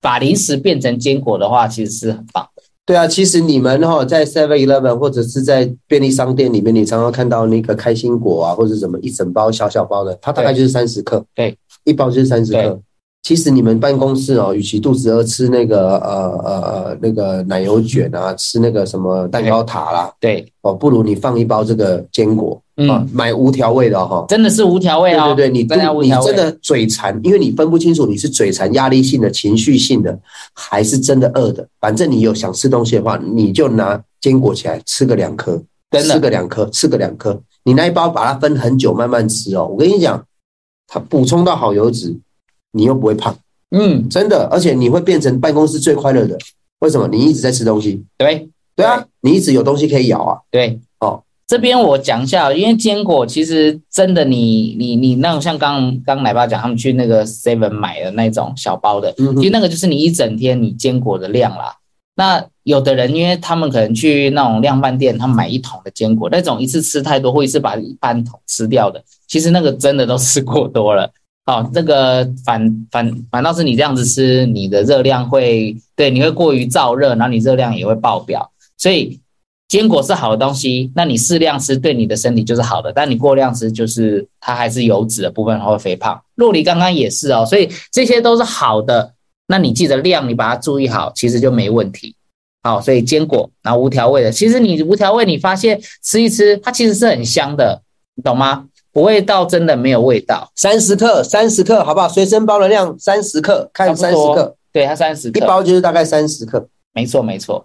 [SPEAKER 1] 把零食变成坚果的话，其实是很棒。
[SPEAKER 2] 对啊，其实你们哈、哦、在 Seven Eleven 或者是在便利商店里面，你常常看到那个开心果啊，或者什么一整包小小包的，它大概就是三十克，
[SPEAKER 1] 对，
[SPEAKER 2] 一包就是三十
[SPEAKER 1] 对
[SPEAKER 2] 克。其实你们办公室哦，与其肚子饿吃那个呃呃呃那个奶油卷啊，吃那个什么蛋糕塔啦，
[SPEAKER 1] 对，
[SPEAKER 2] 哦，不如你放一包这个坚果啊
[SPEAKER 1] 嗯，，
[SPEAKER 2] 买无调味的哈、哦。
[SPEAKER 1] 真的是无调味
[SPEAKER 2] 对
[SPEAKER 1] 哦。
[SPEAKER 2] 对对，你
[SPEAKER 1] 真的
[SPEAKER 2] 肚
[SPEAKER 1] 无
[SPEAKER 2] 你
[SPEAKER 1] 调味
[SPEAKER 2] 真。的嘴馋，因为你分不清楚你是嘴馋、压力性的、情绪性的，还是真的饿的。反正你有想吃东西的话，你就拿坚果起来吃个两颗，
[SPEAKER 1] 真的
[SPEAKER 2] 吃个两颗，吃个两颗。你那一包把它分很久慢慢吃哦。我跟你讲，它补充到好油脂，你又不会胖，
[SPEAKER 1] 嗯，
[SPEAKER 2] 真的。而且你会变成办公室最快乐的。为什么？你一直在吃东西，
[SPEAKER 1] 对
[SPEAKER 2] 对啊，你一直有东西可以咬啊。
[SPEAKER 1] 对。
[SPEAKER 2] 哦，
[SPEAKER 1] 这边我讲一下，因为坚果其实真的你，你你那种像刚刚奶爸讲，他们去那个 Seven 买的那种小包的，
[SPEAKER 2] 嗯
[SPEAKER 1] 其实
[SPEAKER 2] 哼，
[SPEAKER 1] 那个就是你一整天你坚果的量啦。那有的人，因为他们可能去那种量贩店，他们买一桶的坚果，那种一次吃太多，或一次把一半桶吃掉的，其实那个真的都吃过多了。哦，那个反反反倒是你这样子吃，你的热量会对，你会过于燥热，然后你热量也会爆表。所以坚果是好的东西，那你适量吃对你的身体就是好的，但你过量吃就是它还是油脂的部分，它会肥胖。洛梨刚刚也是哦，所以这些都是好的，那你记得量，你把它注意好，其实就没问题。好，所以坚果，然后无调味的，其实你无调味，你发现吃一吃，它其实是很香的，你懂吗？不会到真的没有味道，
[SPEAKER 2] 三十克，三十克，好不好？随身包的量三十克，看
[SPEAKER 1] 差
[SPEAKER 2] 三
[SPEAKER 1] 不
[SPEAKER 2] 十
[SPEAKER 1] 多
[SPEAKER 2] 克，
[SPEAKER 1] 对，它三十
[SPEAKER 2] 一
[SPEAKER 1] 克，
[SPEAKER 2] 包就是大概三十克。
[SPEAKER 1] 没错没错。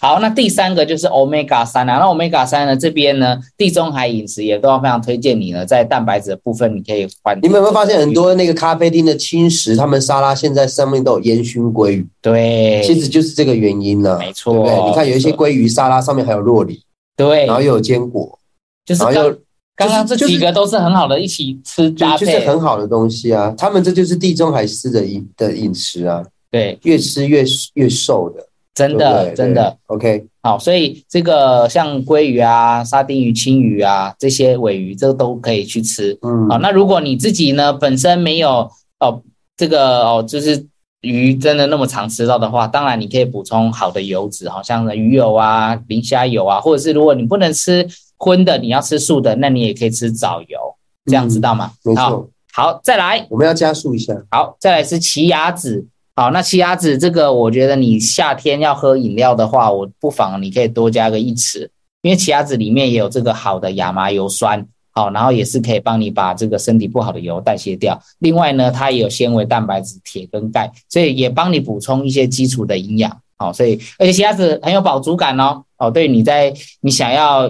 [SPEAKER 1] 好，那第三个就是 omega 三啊，那 omega 三呢这边呢，地中海饮食也都要非常推荐你呢，在蛋白质的部分你可以换。
[SPEAKER 2] 你们有没有发现很多那个咖啡厅的轻食，他们沙拉现在上面都有烟熏鲑鱼，
[SPEAKER 1] 对，
[SPEAKER 2] 其实就是这个原因呢、
[SPEAKER 1] 没错
[SPEAKER 2] 对不对？你看有一些鲑鱼沙拉上面还有洛梨，
[SPEAKER 1] 对
[SPEAKER 2] 然，后又有坚果，
[SPEAKER 1] 就是
[SPEAKER 2] 然后
[SPEAKER 1] 刚
[SPEAKER 2] 又
[SPEAKER 1] 刚刚这
[SPEAKER 2] 就是
[SPEAKER 1] 几个都是很好的，一起吃搭
[SPEAKER 2] 就
[SPEAKER 1] 配，
[SPEAKER 2] 是很好的东西啊。他们这就是地中海式的饮的饮食啊，
[SPEAKER 1] 对，
[SPEAKER 2] 越吃越越瘦的，
[SPEAKER 1] 真
[SPEAKER 2] 对不
[SPEAKER 1] 的
[SPEAKER 2] 对
[SPEAKER 1] 真的。
[SPEAKER 2] 对，OK，
[SPEAKER 1] 好，所以这个像鲑鱼啊、沙丁鱼、青鱼啊这些尾鱼，这个都可以去吃。
[SPEAKER 2] 嗯
[SPEAKER 1] 好，，那如果你自己呢本身没有哦这个哦就是鱼真的那么常吃到的话，当然你可以补充好的油脂，好像鱼油啊、磷虾油啊，或者是如果你不能吃荤的，你要吃素的，那你也可以吃藻油，这样知道吗？
[SPEAKER 2] 嗯没
[SPEAKER 1] 好，
[SPEAKER 2] 错，
[SPEAKER 1] 好，再来。
[SPEAKER 2] 我们要加速一下。
[SPEAKER 1] 好，再来是奇亚籽。好，那奇亚籽这个，我觉得你夏天要喝饮料的话，我不妨你可以多加个一匙，因为奇亚籽里面也有这个好的亚麻油酸，好，然后也是可以帮你把这个身体不好的油代谢掉。另外呢，它也有纤维、蛋白质、铁跟钙，所以也帮你补充一些基础的营养。好，所以而且奇亚籽很有饱足感哦。哦，对你在你想要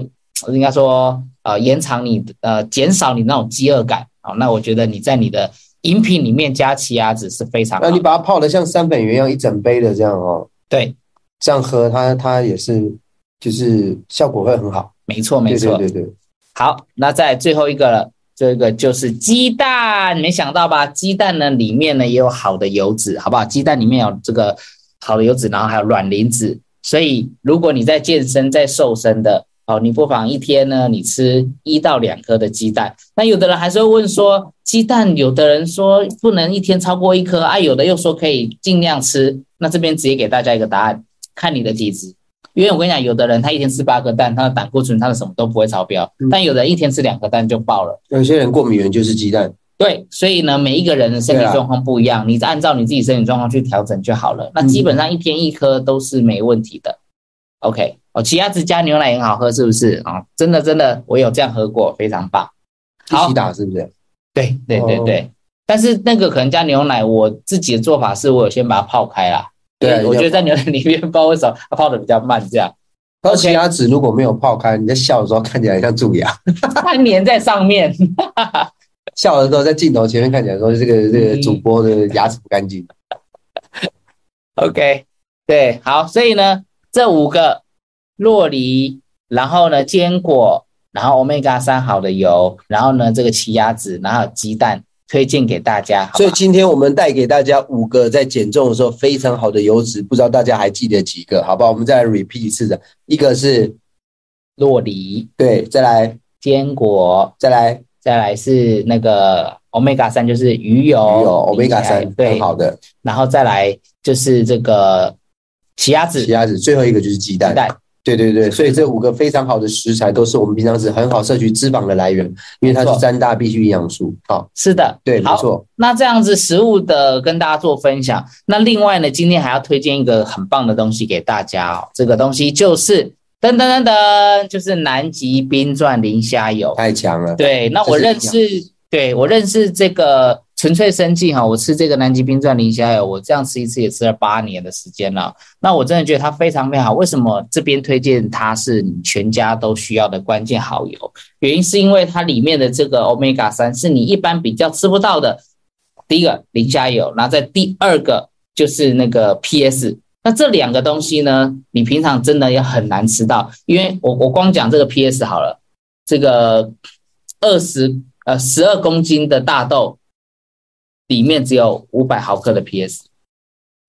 [SPEAKER 1] 呃应该说呃延长你呃减少你那种饥饿感哦，那我觉得你在你的饮品里面加奇亚籽是非常好
[SPEAKER 2] 那你把它泡的像三本圆一样一整杯的这样哦，
[SPEAKER 1] 对，
[SPEAKER 2] 这样喝它它也是就是效果会很好。
[SPEAKER 1] 没错没错。
[SPEAKER 2] 对对对对，
[SPEAKER 1] 好，那在最后一个了，这个就是鸡蛋，没想到吧？鸡蛋呢里面呢也有好的油脂，好不好？鸡蛋里面有这个好的油脂，然后还有卵磷脂，所以如果你在健身、在瘦身的，哦，你不妨一天呢你吃一到两颗的鸡蛋。那有的人还是会问说，鸡蛋有的人说不能一天超过一颗，啊，有的又说可以尽量吃。那这边直接给大家一个答案，看你的体质。因为我跟你讲，有的人他一天吃八颗蛋，他的胆固醇、他的什么都不会超标，
[SPEAKER 2] 嗯
[SPEAKER 1] 但有的人一天吃两颗蛋就爆了。
[SPEAKER 2] 有些人过敏源就是鸡蛋。
[SPEAKER 1] 对，所以呢，每一个人的身体
[SPEAKER 2] 对啊
[SPEAKER 1] 状况不一样，你按照你自己身体状况去调整就好
[SPEAKER 2] 嗯
[SPEAKER 1] 了。那基本上一天一颗都是没问题的。OK，哦，奇亚籽加牛奶很好喝，是不是啊、真的真的，我有这样喝过，非常棒。
[SPEAKER 2] 一
[SPEAKER 1] 好
[SPEAKER 2] 起，打是不是？
[SPEAKER 1] 对对对对，但是那个可能加牛奶，我自己的做法是我有先把它泡开啦。
[SPEAKER 2] 对啊
[SPEAKER 1] 我觉得
[SPEAKER 2] 一定
[SPEAKER 1] 在牛奶里面泡为什么它泡的比较慢，这样
[SPEAKER 2] 然后奇亚籽如果没有泡开，你在笑的时候看起来很像蛀牙，
[SPEAKER 1] 它粘在上面。
[SPEAKER 2] 笑的时候在镜头前面看起来说这个这
[SPEAKER 1] 嗯
[SPEAKER 2] 个主播的牙齿不干净。
[SPEAKER 1] OK，对，好，所以呢，这五个洛梨，然后呢坚果，然后 omega 三好的油，然后呢这个奇亚籽，然后鸡蛋，推荐给大家，好
[SPEAKER 2] 所以
[SPEAKER 1] 吧？
[SPEAKER 2] 今天我们带给大家五个在减重的时候非常好的油脂，不知道大家还记得几个？好不好？我们再来 repeat 一次的，一个是
[SPEAKER 1] 洛梨、
[SPEAKER 2] 对，再来
[SPEAKER 1] 坚果，
[SPEAKER 2] 再来鱼
[SPEAKER 1] 再来是那个 omega 三，就是鱼油，
[SPEAKER 2] 油
[SPEAKER 1] 比起
[SPEAKER 2] omega
[SPEAKER 1] 来
[SPEAKER 2] 三，很
[SPEAKER 1] 哦对，
[SPEAKER 2] 好的
[SPEAKER 1] 然后再来就是这个奇亚籽、
[SPEAKER 2] 奇
[SPEAKER 1] 鸡
[SPEAKER 2] 亚籽，最后一个就是鸡蛋。
[SPEAKER 1] 蛋，
[SPEAKER 2] 对对对，所以这五个非常好的食材都是我们平常是很好摄取脂肪的来源，因为它
[SPEAKER 1] 没
[SPEAKER 2] 是
[SPEAKER 1] 错
[SPEAKER 2] 三大必需营养素。好，
[SPEAKER 1] 是的，
[SPEAKER 2] 对，没
[SPEAKER 1] 好，
[SPEAKER 2] 错，
[SPEAKER 1] 那这样子食物的跟大家做分享。那另外呢，今天还要推荐一个很棒的东西给大家哦，这个东西就是噔噔噔噔，就是南极冰钻磷虾油。
[SPEAKER 2] 太强啊了。
[SPEAKER 1] 对，那我认
[SPEAKER 2] 这
[SPEAKER 1] 识，对我认识这个纯粹生计哈，我吃这个南极冰钻磷虾油，我这样吃一次也吃了八年的时间了。那我真的觉得它非常非常好。为什么这边推荐它是你全家都需要的关键好油？原因是因为它里面的这个 omega 三是你一般比较吃不到的。第一个磷虾油，然后在第二个就是那个 PS。那这两个东西呢，你平常真的也很难吃到，因为我我光讲这个 PS 好了，这个二十呃十二公斤的大豆里面只有五百毫克的 PS，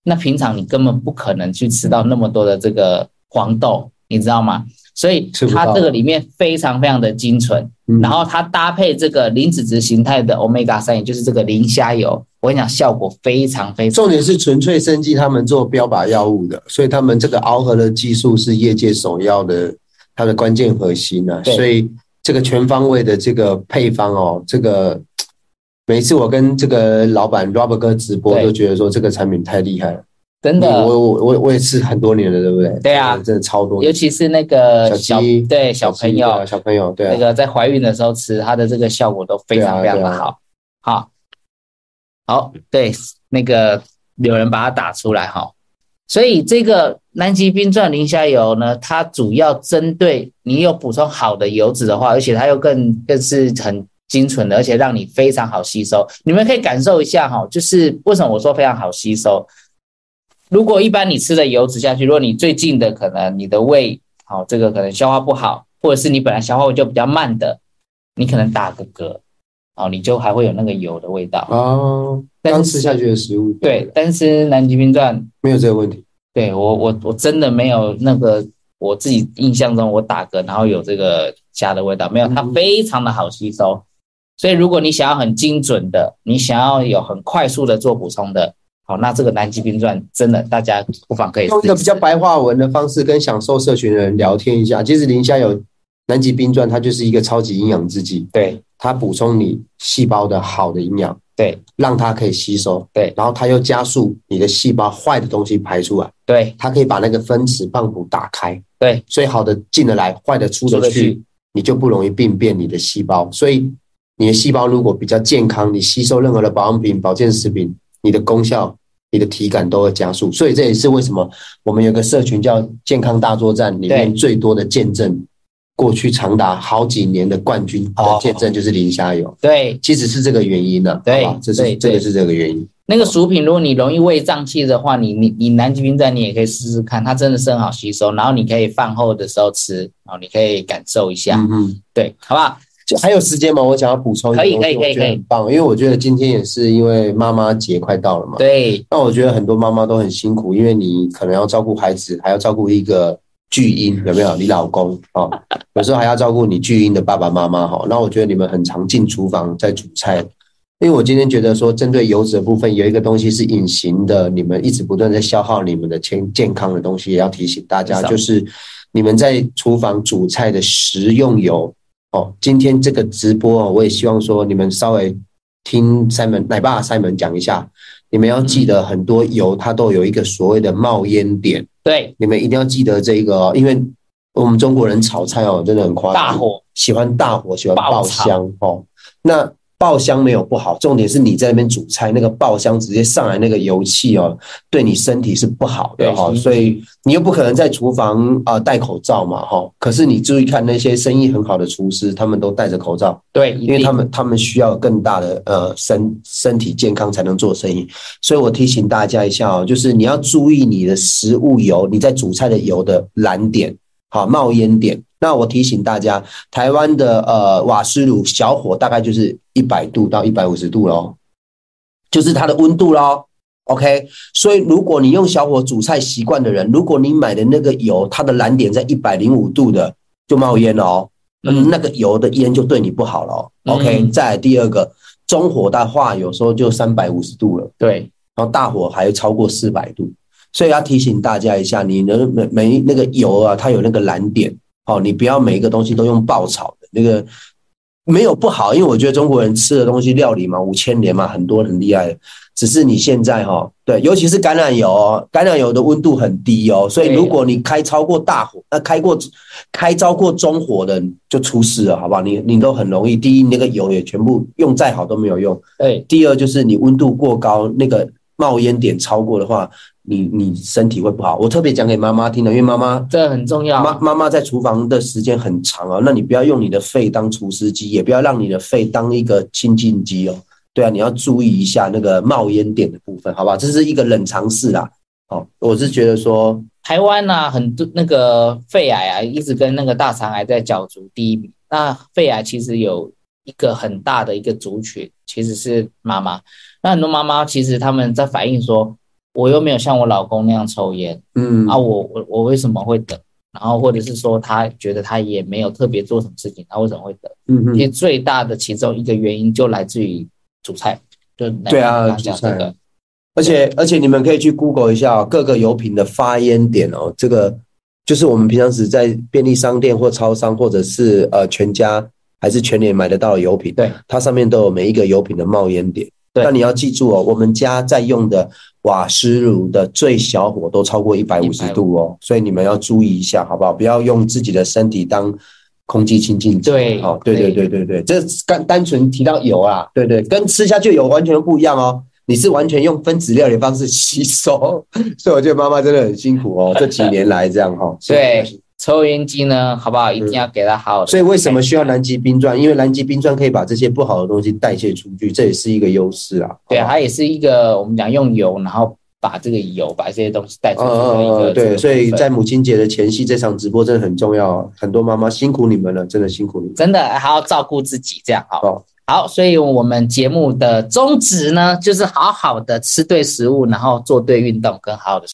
[SPEAKER 1] 那平常你根本不可能去吃到那么多的这个黄豆，你知道吗？所以
[SPEAKER 2] 吃不
[SPEAKER 1] 它
[SPEAKER 2] 到
[SPEAKER 1] 这个里面非常非常的精纯，
[SPEAKER 2] 嗯
[SPEAKER 1] 然后它搭配这个磷脂质形态的 omega 三，也就是这个磷虾油，我跟你讲，效果非常非常
[SPEAKER 2] 重点是纯粹生技他们做标靶药物的，所以他们这个螯合的技术是业界首要的，它的关键核心呢、啊。
[SPEAKER 1] 对
[SPEAKER 2] 所以这个全方位的这个配方哦，这个嘖每次我跟这个老板 Robert 哥直播，
[SPEAKER 1] 对
[SPEAKER 2] 都觉得说这个产品太厉害了。
[SPEAKER 1] 真
[SPEAKER 2] 你
[SPEAKER 1] 的，
[SPEAKER 2] 我我我我也吃很多年了，对不对？
[SPEAKER 1] 对啊
[SPEAKER 2] 真的超多
[SPEAKER 1] 尤
[SPEAKER 2] 年。
[SPEAKER 1] 其是那个
[SPEAKER 2] 小
[SPEAKER 1] 小
[SPEAKER 2] 鸡
[SPEAKER 1] 对小朋
[SPEAKER 2] 对啊
[SPEAKER 1] 友，
[SPEAKER 2] 小朋友，对
[SPEAKER 1] 那
[SPEAKER 2] 啊，
[SPEAKER 1] 个在怀孕的时候吃，它的这个效果都非常非
[SPEAKER 2] 对啊
[SPEAKER 1] 常
[SPEAKER 2] 对啊
[SPEAKER 1] 的好。好，好，对，那个有人把它打出来哈。所以这个南极冰钻磷虾油呢，它主要针对你有补充好的油脂的话，而且它又更更是很精纯的，而且让你非常好吸收。你们可以感受一下哈，就是为什么我说非常好吸收？如果一般你吃的油脂下去，如果你最近的可能你的胃好、这个可能消化不好，或者是你本来消化就比较慢的，你可能打个嗝，哦，你就还会有那个油的味道。
[SPEAKER 2] 哦，
[SPEAKER 1] 但是
[SPEAKER 2] 刚吃下去的食物，
[SPEAKER 1] 对，，但是南极冰钻
[SPEAKER 2] 没有这个问题。
[SPEAKER 1] 对我我我真的没有那个我自己印象中我打嗝然后有这个虾的味道，没有，它
[SPEAKER 2] 嗯
[SPEAKER 1] 非常的好吸收。所以如果你想要很精准的，你想要有很快速的做补充的，好，那这个南极冰钻真的大家不妨可以试
[SPEAKER 2] 用一个比较
[SPEAKER 1] 试
[SPEAKER 2] 白话文的方式跟享受社群的人聊天一下。其实林虾有南极冰钻，它就是一个超级营养制剂，
[SPEAKER 1] 对
[SPEAKER 2] 它补充你细胞的好的营养，
[SPEAKER 1] 对
[SPEAKER 2] 让它可以吸收。
[SPEAKER 1] 对
[SPEAKER 2] 然后它又加速你的细胞坏的东西排出来，
[SPEAKER 1] 对
[SPEAKER 2] 它可以把那个分子放谱打开，
[SPEAKER 1] 对，
[SPEAKER 2] 所以好的进得来，坏的出
[SPEAKER 1] 出得
[SPEAKER 2] 得去
[SPEAKER 1] 去，
[SPEAKER 2] 你就不容易病变你的细胞。所以你的细胞如果比较健康，你吸收任何的保养品、保健食品，你的功效、你的体感都会加速。所以这也是为什么我们有个社群叫“健康大作战”，里面
[SPEAKER 1] 对
[SPEAKER 2] 最多的见证，过去长达好几年的冠军
[SPEAKER 1] 哦
[SPEAKER 2] 的见证就是林虾油，
[SPEAKER 1] 对，
[SPEAKER 2] 其实是这个原因呢、啊。
[SPEAKER 1] 对
[SPEAKER 2] 好吧这
[SPEAKER 1] 对
[SPEAKER 2] 是这
[SPEAKER 1] 对
[SPEAKER 2] 个是这个原因。
[SPEAKER 1] 那个薯品，如果你容易胃胀气的话，你你你南极冰钻你也可以试试看，它真的是很好吸收，然后你可以饭后的时候吃，然后你可以感受一下，
[SPEAKER 2] 嗯嗯。
[SPEAKER 1] 对，好不好？
[SPEAKER 2] 就还有时间吗？我想要补充一个
[SPEAKER 1] 可以
[SPEAKER 2] 东西，
[SPEAKER 1] 可以
[SPEAKER 2] 我觉
[SPEAKER 1] 可
[SPEAKER 2] 得
[SPEAKER 1] 以
[SPEAKER 2] 很棒，因为我觉得今天也是因为妈妈节快到了嘛，
[SPEAKER 1] 对
[SPEAKER 2] 那我觉得很多妈妈都很辛苦，因为你可能要照顾孩子，还要照顾一个巨婴，有没有？你老公哦，有时候还要照顾你巨婴的爸爸妈妈哈。那我觉得你们很常进厨房在煮菜，因为我今天觉得说，针对油脂的部分有一个东西是隐形的，你们一直不断在消耗你们的健健康的东西，也要提醒大
[SPEAKER 1] 没
[SPEAKER 2] 家，
[SPEAKER 1] 错
[SPEAKER 2] 就是你们在厨房煮菜的食用油哦。今天这个直播哦，我也希望说你们稍微听 Simon 奶爸 Simon 讲一下，你们要记得很多油它都有一个所谓的冒烟点，
[SPEAKER 1] 对，
[SPEAKER 2] 你们一定要记得这个哦，因为我们中国人炒菜哦，真的很夸张，
[SPEAKER 1] 大火
[SPEAKER 2] 喜欢大火，喜欢爆香哦。那爆香没有不好，重点是你在那边煮菜，那个爆香直接上来那个油气哦，对你身体是不好的哈、
[SPEAKER 1] 对是
[SPEAKER 2] 所以你又不可能在厨房啊、呃戴口罩嘛哈、可是你注意看那些生意很好的厨师，他们都戴着口罩，
[SPEAKER 1] 对，一
[SPEAKER 2] 因为
[SPEAKER 1] 定
[SPEAKER 2] 他们他们需要更大的呃身身体健康才能做生意，所以我提醒大家一下哦，就是你要注意你的食物油，你在煮菜的油的燃点，好冒烟点。那我提醒大家，台湾的呃瓦斯炉小火大概就是一百度到一百五十度喽，就是它的温度喽。OK，所以如果你用小火煮菜习惯的人，如果你买的那个油，它的燃点在一百零五度的，就冒烟了哦。嗯，那个油的烟就对你不好了、哦。
[SPEAKER 1] 嗯
[SPEAKER 2] OK，再来第二个，中火大化有时候就三百五十度了，
[SPEAKER 1] 对，
[SPEAKER 2] 然后大火还超过四百度，所以要提醒大家一下，你的每每那个油啊，它有那个燃点，哦，你不要每一个东西都用爆炒的那个。没有不好，因为我觉得中国人吃的东西料理嘛，五千年嘛，很多很厉害的。只是你现在哈、哦，对，尤其是橄榄油、哦，橄榄油的温度很低哦，所以
[SPEAKER 1] 对
[SPEAKER 2] 如果你开超过大火，那开过开超过中火的就出事了，好不好？你你都很容易，第一那个油也全部用再好都没有用，
[SPEAKER 1] 对，
[SPEAKER 2] 第二就是你温度过高，那个冒烟点超过的话，你你身体会不好。我特别讲给妈妈听的，因为妈妈
[SPEAKER 1] 这很重要。
[SPEAKER 2] 妈妈妈在厨房的时间很长啊，那你不要用你的肺当除湿机，也不要让你的肺当一个清净机哦。对啊，你要注意一下那个冒烟点的部分，好不好？这是一个冷常识啦。哦，我是觉得说，
[SPEAKER 1] 台湾呐、很多那个肺癌啊，一直跟那个大肠癌在角逐第一名。那肺癌其实有一个很大的一个族群，其实是妈妈。那很多妈妈其实他们在反映说，我又没有像我老公那样抽烟
[SPEAKER 2] 嗯
[SPEAKER 1] 啊，我我我为什么会得？然后或者是说，他觉得他也没有特别做什么事情，他为什么会得？
[SPEAKER 2] 嗯
[SPEAKER 1] 其
[SPEAKER 2] 嗯
[SPEAKER 1] 实最大的其中一个原因就来自于煮菜，就
[SPEAKER 2] 对啊
[SPEAKER 1] 来讲
[SPEAKER 2] 煮
[SPEAKER 1] 这
[SPEAKER 2] 菜
[SPEAKER 1] 个，
[SPEAKER 2] 而且而且你们可以去 Google 一下、哦、各个油品的发烟点哦，这个就是我们平常时在便利商店或超商，或者是呃全家还是全联买得到的油品，
[SPEAKER 1] 对，
[SPEAKER 2] 它上面都有每一个油品的冒烟点。
[SPEAKER 1] 对
[SPEAKER 2] 那你要记住哦，我们家在用的瓦斯炉的最小火都超过一百五十度哦，所以你们要注意一下，好不好？不要用自己的身体当空气清净机。
[SPEAKER 1] 对
[SPEAKER 2] 好、对对
[SPEAKER 1] 对
[SPEAKER 2] 对对对，这单单纯提到油啊，对对，跟吃下去的油完全不一样哦。你是完全用分子料理方式吸收， 所以我觉得妈妈真的很辛 苦哦，这几年来这样哈、哦。
[SPEAKER 1] 对抽烟机呢，好不好？一定要给他好的。
[SPEAKER 2] 所以为什么需要南极冰钻？因为南极冰钻可以把这些不好的东西代谢出去，这也是一个优势啊。
[SPEAKER 1] 对，
[SPEAKER 2] 好吧
[SPEAKER 1] 它也是一个我们讲用油，然后把这个油把这些东西带出去的一
[SPEAKER 2] 嗯嗯
[SPEAKER 1] 个
[SPEAKER 2] 嗯，
[SPEAKER 1] 这个部
[SPEAKER 2] 对，
[SPEAKER 1] 分。
[SPEAKER 2] 所以在母亲节的前夕，这场直播真的很重要哦，很多妈妈辛苦你们了，真的辛苦你们。
[SPEAKER 1] 真的还要照顾自己，这样好。
[SPEAKER 2] 哦
[SPEAKER 1] 好，所以我们节目的宗旨呢，就是好好的吃对食物，然后做对运动，跟好好的